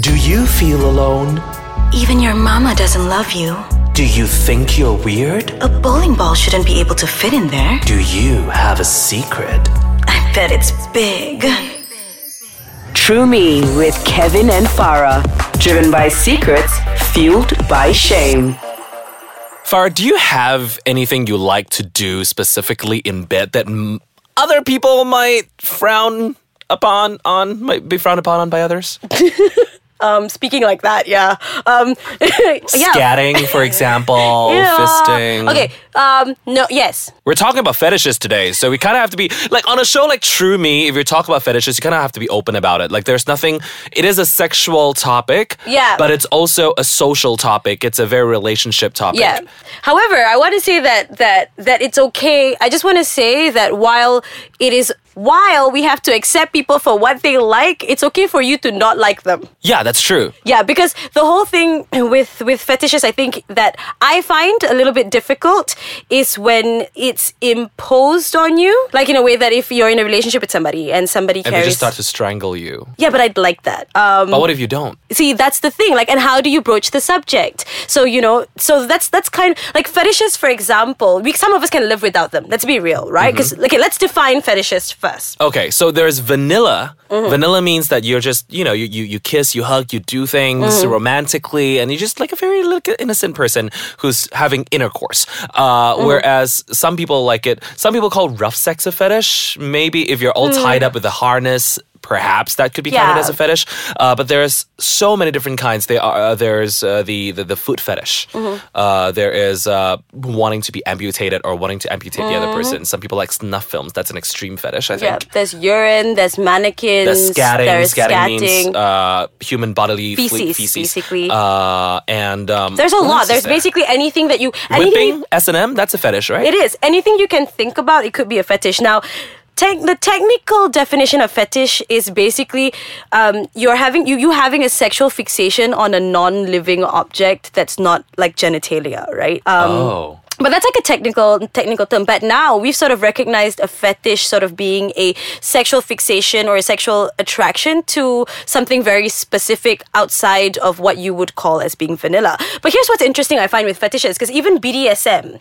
Do you feel alone? Even your mama doesn't love you. Do you think you're weird? A bowling ball shouldn't be able to fit in there. Do you have a secret? I bet it's big. True Me with Kevin and Farah. Driven by secrets, fueled by shame. Farah, do you have anything you like to do specifically in bed that m- other people might frown upon on might be frowned upon on by others? Um, speaking like that, yeah. Um, yeah. Scatting, for example, Yeah. fisting. Okay. Um, no. Yes. We're talking about fetishes today, so we kind of have to be like on a show like True Me. If you're talking about fetishes, you kind of have to be open about it. Like, there's nothing. It is a sexual topic, Yeah. but it's also a social topic. It's a very relationship topic. Yeah. However, I want to say that that that it's okay. I just want to say that while it is while we have to accept people for what they like, it's okay for you to not like them. yeah, that's true. Yeah, because the whole thing with with fetishes, I think that I find a little bit difficult is when it's imposed on you, like in a way that if you're in a relationship with somebody and somebody And they carries. just start to strangle you. yeah, but I'd like that. Um, But what if you don't? see that's the thing like and how do you broach the subject so you know so that's that's kind of like fetishes for example we some of us can live without them let's be real right Mm-hmm. because okay let's define fetishes first Okay, so there's vanilla. Vanilla means that you're just, you know, you, you, you kiss, you hug, you do things romantically, and you're just like a very little innocent person who's having intercourse. Uh, Whereas some people like it, some people call rough sex a fetish. Maybe if you're all tied up with a harness, perhaps that could be counted Yeah. as a fetish. Uh, but there's so many different kinds. They are, uh, there's uh, the, the, the foot fetish, uh, there is uh, wanting to be amputated or wanting to amputate the other person. Some people like snuff films. That's an extreme fetish, I think. yeah there's urine there's mannequins There's scatting. there's scatting, scatting. means uh, human bodily fle- Feces, feces. basically. Uh, and um, there's a what else lot is there's there? basically anything that you anything whipping S and M. That's a fetish, right? it is anything you can think about it could be a fetish now Tech the technical definition of fetish is basically um, you're having you you having a sexual fixation on a non-living object that's not like genitalia, right? Um, Oh, but that's like a technical technical term but now we've sort of recognized a fetish sort of being a sexual fixation or a sexual attraction to something very specific outside of what you would call as being vanilla but here's what's interesting i find with fetishes because even bdsm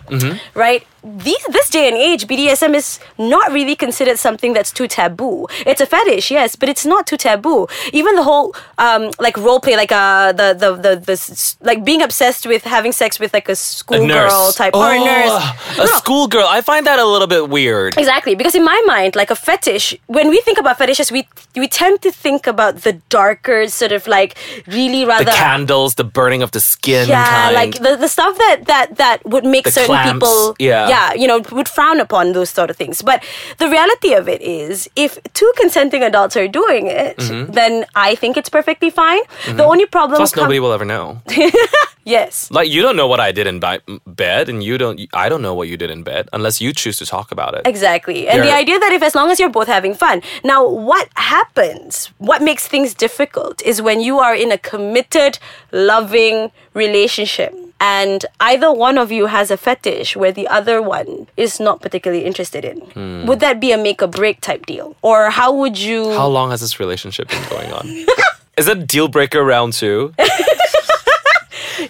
right these, this day and age bdsm is not really considered something that's too taboo it's a fetish yes but it's not too taboo even the whole um, like role play like uh, the, the, the, the s- like being obsessed with having sex with like a school a nurse girl type oh, or a nurse. a schoolgirl. I find that a little bit weird. Exactly, because in my mind, like a fetish, when we think about fetishes, we we tend to think about the darker sort of like really The rather candles, the burning of the skin. yeah, kind. like the, the stuff that that that would make The certain clamps, people yeah. yeah, you know, would frown upon those sort of things. But the reality of it is if two consenting adults are doing it, then I think it's perfectly fine. The only problem Mm-hmm. Plus, com- nobody will ever know. yes. like, you don't know what I did in bi- bed, and you don't. I don't know what you did in bed unless you choose to talk about it. Exactly. And the They're- idea that if as long as you're both having fun. Now, what happens, what makes things difficult is when you are in a committed, loving relationship. And either one of you has a fetish where the other one is not particularly interested in. Would that be a make or break type deal? Or how would you. How long has this relationship been going on? Is that deal breaker round two?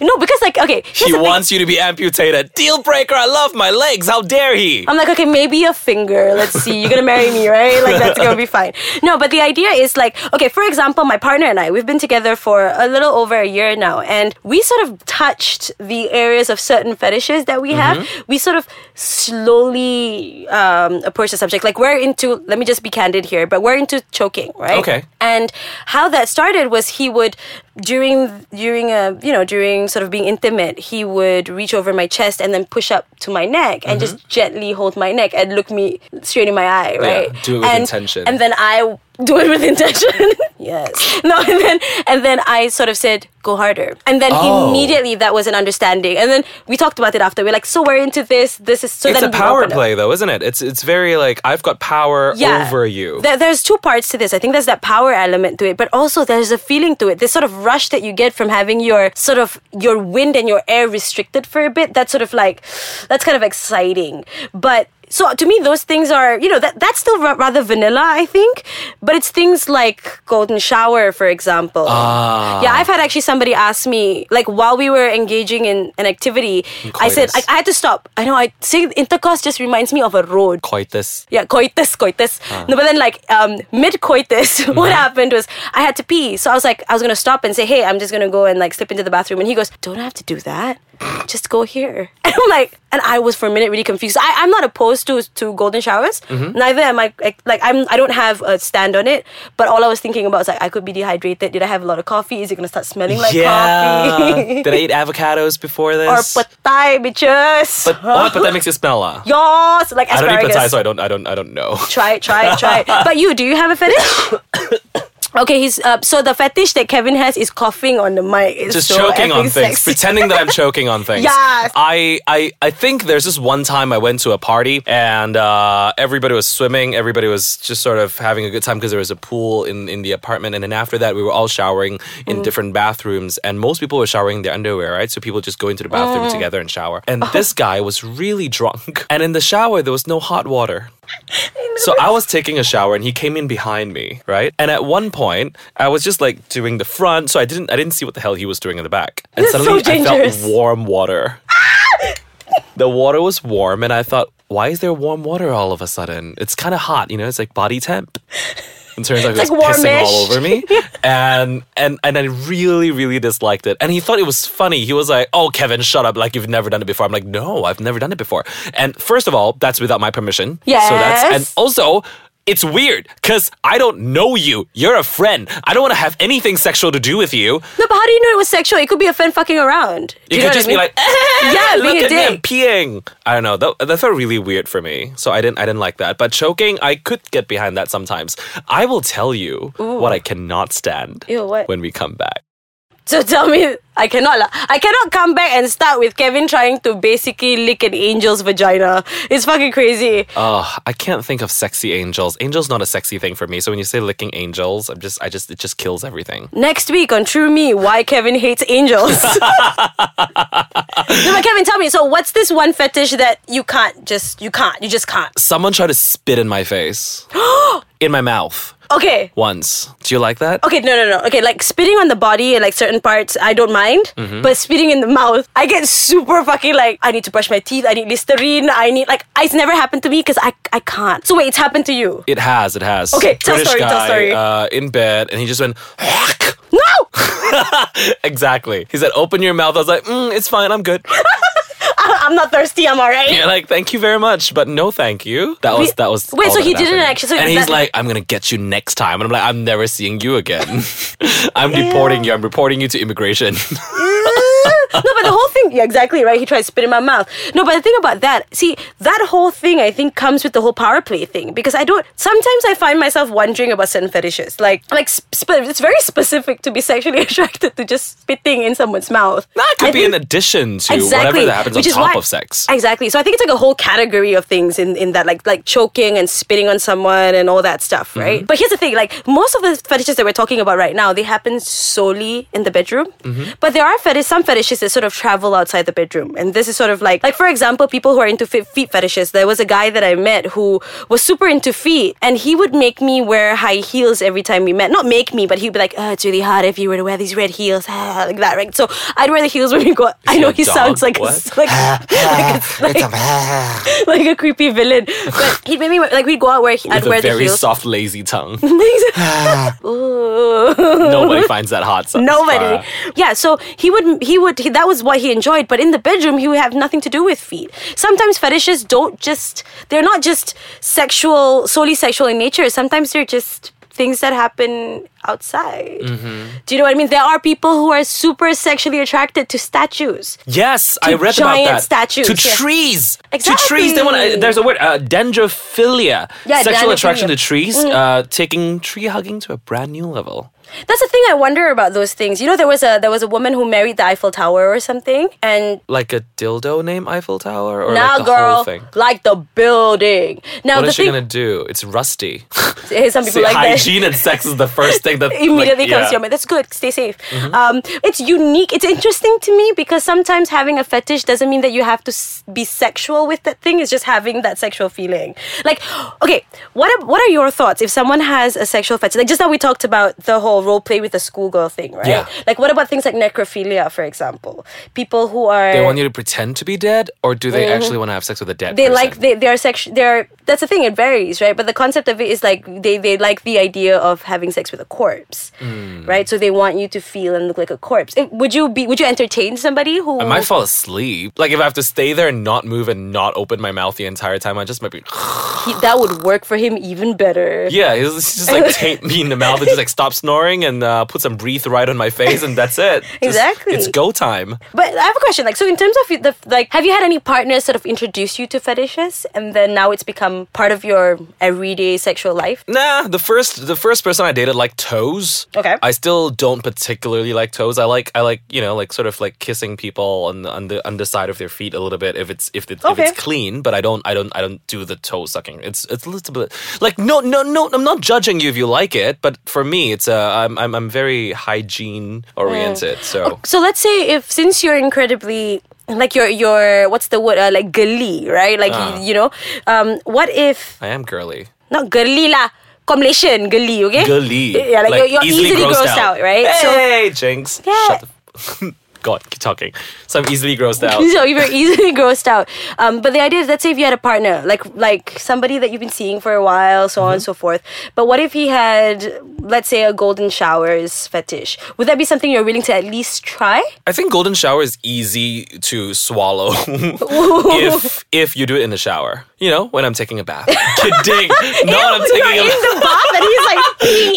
no, because, like, okay. here's He the thing. wants you to be amputated. Deal breaker. I love my legs. How dare he? I'm like, okay, maybe a finger. Let's see. You're gonna marry me, right? Like that's gonna be fine. No, but the idea is like, okay, for example, my partner and I, we've been together for a little over a year now, and we sort of touched the areas of certain fetishes that we have. We sort of slowly um, approach the subject. Like we're into. Let me just be candid here, but we're into choking, right? Okay. And how that started was he would during during a you know during sort of being intimate, he would reach over my chest and then push up to my neck and Mm-hmm. just gently hold my neck and look me straight in my eye, right? do it with and, intention. And then I do it with intention. yes. No, and then and then I sort of said go harder. And then Oh. immediately that was an understanding. And then we talked about it after. We're like, so we're into this. This is so It's then a we power opened up. play, though, isn't it? It's it's very like I've got power over you. There- there's two parts to this. I think there's that power element to it, but also there's a feeling to it. This sort of rush that you get from having your sort of your wind and your air restricted for a bit. That's sort of like that's kind of exciting. But so to me those things are you know that that's still ra- rather vanilla i think but it's things like golden shower for example Ah. yeah i've had actually somebody ask me like while we were engaging in an activity i said I, coitus. I had to stop i know i saying intercourse just reminds me of a road Coitus. yeah, coitus, coitus. Ah. No, but then like um, mid coitus, Mm-hmm. what happened was I had to pee, so I was like, I was gonna stop and say, hey, I'm just gonna go and like slip into the bathroom, and he goes, don't have to do that, just go here. And I'm like, and I was for a minute really confused. I, I'm not opposed to to golden showers, Mm-hmm. neither am I. Like, like I'm, I don't have a stand on it, but all I was thinking about was like, I could be dehydrated. Did I have a lot of coffee? Is it gonna start smelling like yeah. coffee? Did I eat avocados before or this? patay, bitches. but oh, but that makes it smell ah. Yours, like I asparagus. don't eat patay, so I don't. I don't. I don't know. try it, try it, try it. But you, do you have a fetish? okay, he's uh, so the fetish that Kevin has is coughing on the mic. It's just so choking on effing things, sexy. pretending that I'm choking on things. Yes. I, I I think there's this one time I went to a party and uh, everybody was swimming, everybody was just sort of having a good time because there was a pool in, in the apartment, and then after that we were all showering Mm. in different bathrooms, and most people were showering in their underwear, right? So people just go into the bathroom Mm. together and shower. And Oh. this guy was really drunk, and in the shower there was no hot water. So I was taking a shower and he came in behind me, right? And at one point, I was just like doing the front, so I didn't I didn't see what the hell he was doing in the back. And This is so suddenly I felt dangerous. warm water. the water was warm and I thought, why is there warm water all of a sudden? It's kind of hot, you know, it's like body temp. And turns out he was Like pissing all warmish. over me. And and and I really, really disliked it. And he thought it was funny. He was like, Oh Kevin, shut up, like you've never done it before. I'm like, No, I've never done it before. And first of all, that's without my permission. So that's and Yes. also, it's weird because I don't know you. You're a friend. I don't want to have anything sexual to do with you. No, but how do you know it was sexual? It could be a friend fucking around. Do You, know could what I just mean? be like, yeah, "Ah, being look a at me, I'm dick. peeing. I don't know. That, that felt really weird for me. So I didn't. I didn't like that. But choking, I could get behind that sometimes. I will tell you what I cannot stand Ew, what? when we come back. So tell me, I cannot, lah. I cannot come back and start with Kevin trying to basically lick an angel's vagina. It's fucking crazy. Oh, I can't think of sexy angels. Angels not a sexy thing for me. So when you say licking angels, I'm just, I just, it just kills everything. Next week on True Me, why Kevin hates angels. no, but Kevin, tell me. So, what's this one fetish that you can't just you can't you just can't? Someone tried to spit in my face, in my mouth. Okay. once. Do you like that? Okay, no, no, no. Okay, like spitting on the body and like certain parts, I don't mind. Mm-hmm. But spitting in the mouth, I get super fucking like, I need to brush my teeth, I need Listerine, I need, like, it's never happened to me because I, I can't. So, wait, it's happened to you. It has. It has. Okay, tell story, tell story. Uh, in bed, and he just went. No! exactly. He said, "Open your mouth." I was like, mm, "It's fine. I'm good." I'm not thirsty, I'm alright. You're like, "Thank you very much, but no, thank you." That was that was. Wait, all so that he had didn't happened. actually- so and is he's that- like, "I'm gonna get you next time," and I'm like, "I'm never seeing you again. I'm deporting you. I'm reporting you to immigration." no, but the whole thing, yeah, exactly, right? He tried to spit in my mouth. No, but the thing about that, see, that whole thing I think comes with the whole power play thing because I don't. Sometimes I find myself wondering about certain fetishes, like like sp- sp- it's very specific to be sexually attracted to just spitting in someone's mouth. that could I be think- an addition to Exactly, whatever that happens which on is top why- of sex. Exactly. So I think it's like a whole category of things in, in that like like choking and spitting on someone and all that stuff, Mm-hmm. right? But here's the thing, like most of the fetishes that we're talking about right now, they happen solely in the bedroom. Mm-hmm. But there are fetish some fetishes that sort of travel outside the bedroom. And this is sort of like like for example, people who are into fe- feet fetishes. There was a guy that I met who was super into feet and he would make me wear high heels every time we met. Not make me, but he'd be like, "Oh, it's really hard if you were to wear these red heels." like that, right? So I'd wear the heels when we go I he know a he dog? sounds like a, What? like, like, a, like, like a creepy villain. But he'd make me wear- like we'd go out where he, I'd With a wear the very heels. soft, lazy tongue. Ooh. Nobody finds that hot. so- Nobody. Farah. Yeah, so he would he would he, that was what he enjoyed, but in the bedroom he would have nothing to do with feet. Sometimes fetishes don't just they're not just sexual solely sexual in nature. Sometimes they're just things that happen outside. Mm-hmm. Do you know what I mean? There are people who are super sexually attracted to statues. Yes, I read giant about that. statues, to yeah. trees, to Exactly. trees. They want. Uh, there's a word, uh, dendrophilia. Yeah, sexual dendrophilia. Mm. attraction to trees, uh, taking tree hugging to a brand new level. That's the thing I wonder about those things. You know, there was a there was a woman who married the Eiffel Tower or something, and Like a dildo name Eiffel Tower or now like the whole girl, thing. like the building. Now What the is she thing, gonna do? It's rusty. Hey, some people See, like that. hygiene and sex is the first thing that like, immediately yeah. Mm-hmm. comes to your mind. That's good. Stay safe. Um, it's unique. It's interesting to me because sometimes having a fetish doesn't mean that you have to s- be sexual with that thing. It's just having that sexual feeling. Like, okay, what are, what are your thoughts if someone has a sexual fetish? Like just now we talked about the whole role play with a schoolgirl thing, right? Yeah. Like what about things like necrophilia, for example? People who are They want you to pretend to be dead, or do they actually want to have sex with a dead? Mm-hmm. they person? like they, they are sex they're that's the thing it varies right but the concept of it is like they they like the idea of having sex with a corpse Hmm. right so they want you to feel and look like a corpse Eh, would you be would you entertain somebody who I might fall asleep. Like if I have to stay there and not move and not open my mouth the entire time, I just might be. he- that would work for him even better Yeah, he's just like tape me in the mouth and just like stop snoring and uh, put some breathe right on my face and that's it. Just- Exactly. it's go time. but i have a question like so in terms of the like have you had any partners sort of introduce you to fetishes and then now it's become part of your everyday sexual life Nah, the first the first person I dated liked toes. Okay. I still don't particularly like toes. I like I like you know like sort of like kissing people on the on the underside of their feet a little bit if it's if it's if Okay. it's clean. But I don't I don't I don't do the toe sucking. It's it's a little bit like no no no. I'm not judging you if you like it, but for me it's uh I'm I'm, I'm very hygiene Mm. oriented. So so let's say if since you're incredibly like your your what's the word uh, like girly right like Ah. y- you, know um what if I am girly. not girly lah combination girly okay Girly. Eh. yeah like, you're, you're easily, grossed, out. right Hey, Jinx. Yeah. Shut the God, keep talking. So I'm easily grossed out. so so you're easily grossed out um but the idea is let's say if you had a partner like like somebody that you've been seeing for a while so on Mm-hmm. and so forth but what if he had let's say a golden showers fetish would that be something you're willing to at least try I think golden shower is easy to swallow if if you do it in the shower. You know, when I'm taking a bath. Kidding. not I'm taking in a the bath and he's like peeing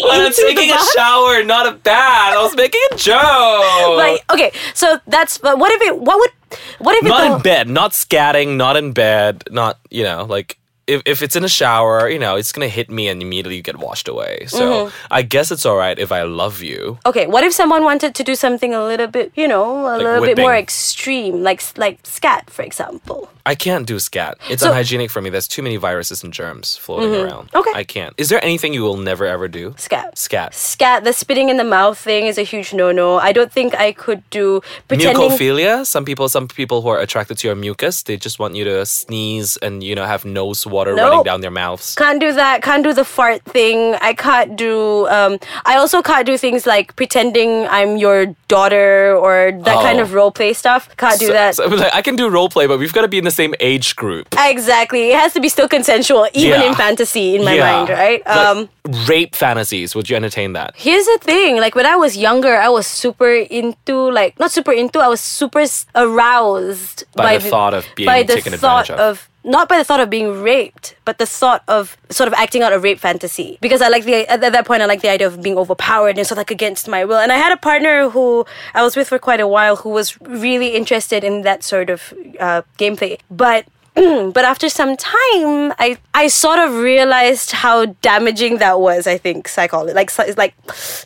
when I'm into the taking a bath. shower, not a bath. I was making a joke. Like okay, so that's but what if it? What would? What if it? not go- in bed, not scatting, not in bed, not you know, like if, if it's in a shower, you know, it's gonna hit me and immediately get washed away. So Mm-hmm. I guess it's alright if I love you. Okay, what if someone wanted to do something a little bit, you know, a little bit whipping. more extreme, like like scat, for example? I can't do scat. It's So- Mm-hmm. unhygienic for me. There's too many viruses and germs floating around. Okay. I can't. Is there anything you will never ever do? Scat. Scat. Scat. The spitting in the mouth thing is a huge no-no. I don't think I could do pretending. Mucophilia. Some people, some people who are attracted to your mucus, they just want you to sneeze and you know have nose water running Nope. down their mouths. Can't do that. Can't do the fart thing. I can't do. Um, I also can't do things like pretending I'm your daughter or that Oh. kind of role play stuff. Can't do that. So, like, I can do role play, but we've got to be in the same age group. Exactly. It has to be still consensual, even Yeah. in fantasy, in my mind, right? Um, Um, rape fantasies. Would you entertain that? here's the thing. Like when I was younger, I was super into, like not super into. I was super s- aroused By the thought of being by the taken thought advantage of. Not by the thought of being raped, but the thought of sort of acting out a rape fantasy. Because I like the at that point, I like the idea of being overpowered and sort of like against my will. And I had a partner who I was with for quite a while who was really interested in that sort of uh, gameplay. But but after some time I, I sort of realized how damaging that was i think psycholo- like psy- like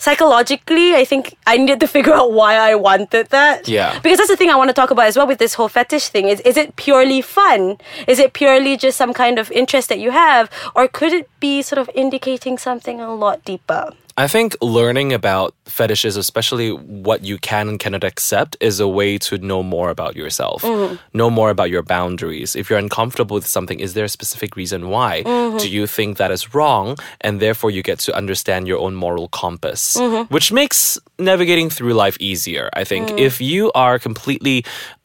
psychologically i think i needed to figure out why i wanted that Yeah. because that's the thing i want to talk about as well with this whole fetish thing is is it purely fun is it purely just some kind of interest that you have or could it be sort of indicating something a lot deeper I think learning about fetishes, especially what you can and cannot accept, is a way to know more about yourself, know more about your boundaries. If you're uncomfortable with something, is there a specific reason why? Do you think that is wrong? And therefore, you get to understand your own moral compass, which makes navigating through life easier. I think if you are completely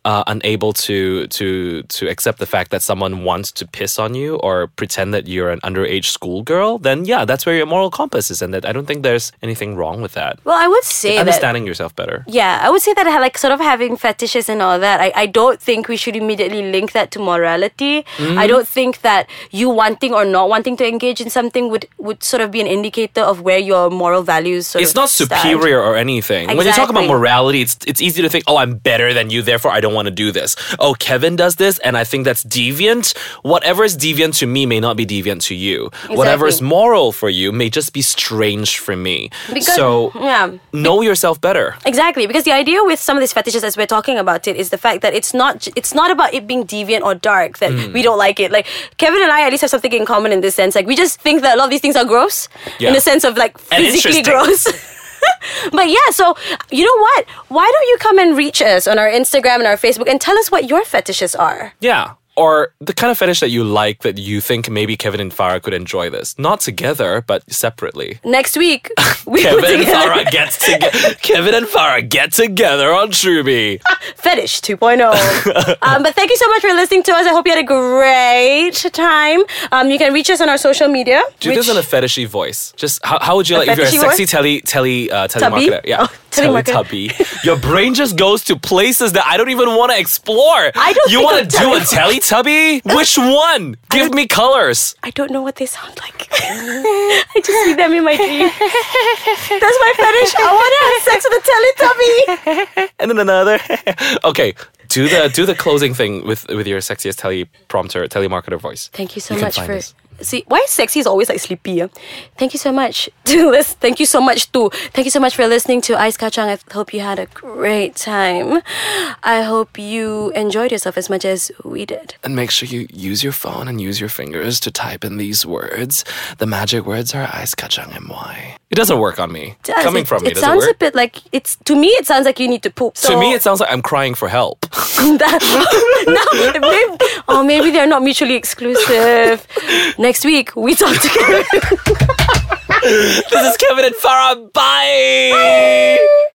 uh, unable to to to accept the fact that someone wants to piss on you or pretend that you're an underage schoolgirl, then yeah, that's where your moral compass is, and that I don't think there's anything wrong with that. well i would say that Understanding yourself better. Yeah, I would say that I like sort of having fetishes and all that. I, I don't think we should immediately link that to morality. Mm. I don't think that you wanting or not wanting to engage in something would would sort of be an indicator of where your moral values sort It's of not stand. superior or anything. When you talk about Exactly. morality, it's it's easy to think, oh, I'm better than you, therefore I don't want to do this. Oh, Kevin does this, and I think that's deviant. Whatever is deviant to me may not be deviant to you. Whatever is Exactly. moral for you may just be strange for me. Because- so yeah. know yourself better. Exactly, because the idea with some of these fetishes, as we're talking about it, is the fact that it's not j- it's not about it being deviant or dark that Mm. we don't like it. Like Kevin and I at least have something in common in this sense. Like we just think that a lot of these things are gross, in Yeah. the sense of like And physically interesting. gross. but yeah, so you know what? Why don't you come and reach us on our Instagram and our Facebook and tell us what your fetishes are? Yeah. Or the kind of fetish that you like that you think maybe Kevin and Farah could enjoy this. Not together, but separately. Next week, we put Kevin and together Farah gets together. Kevin and Farah get together on Truby. Fetish 2.0. um, but thank you so much for listening to us. I hope you had a great time. Um, you can reach us on our social media. Do this in a fetishy voice. Just how, how would you like if you're a fetishy sexy voice? tele tele uh, Tubby? telemarketer? Yeah, Oh, telemarketer. Teletubby. Your brain just goes to places that I don't even want to explore. I don't You think want I'm to do a Teletubby? Which one? Give me colors. I don't know what they sound like. I just see them in my dream. That's my fetish. I want to have sex with a Teletubby. and then another. okay, do the do the closing thing with with your sexiest teleprompter telemarketer voice. Thank you so You can much find for. us. See why sexy is always like sleepy. Yeah? Thank you so much to listen. Thank you so much to. Thank you so much for listening to Ice Kachang. I hope you had a great time. I hope you enjoyed yourself as much as we did. And make sure you use your phone and use your fingers to type in these words. The magic words are ice kachang my. It doesn't work on me. Does Coming it, from me, it does sounds it work? a bit like it's to me. It sounds like you need to poop. So to me, it sounds like I'm crying for help. that. no, maybe, oh, maybe they're not mutually exclusive. Next week we talk together. this is Kevin and Farah. Bye.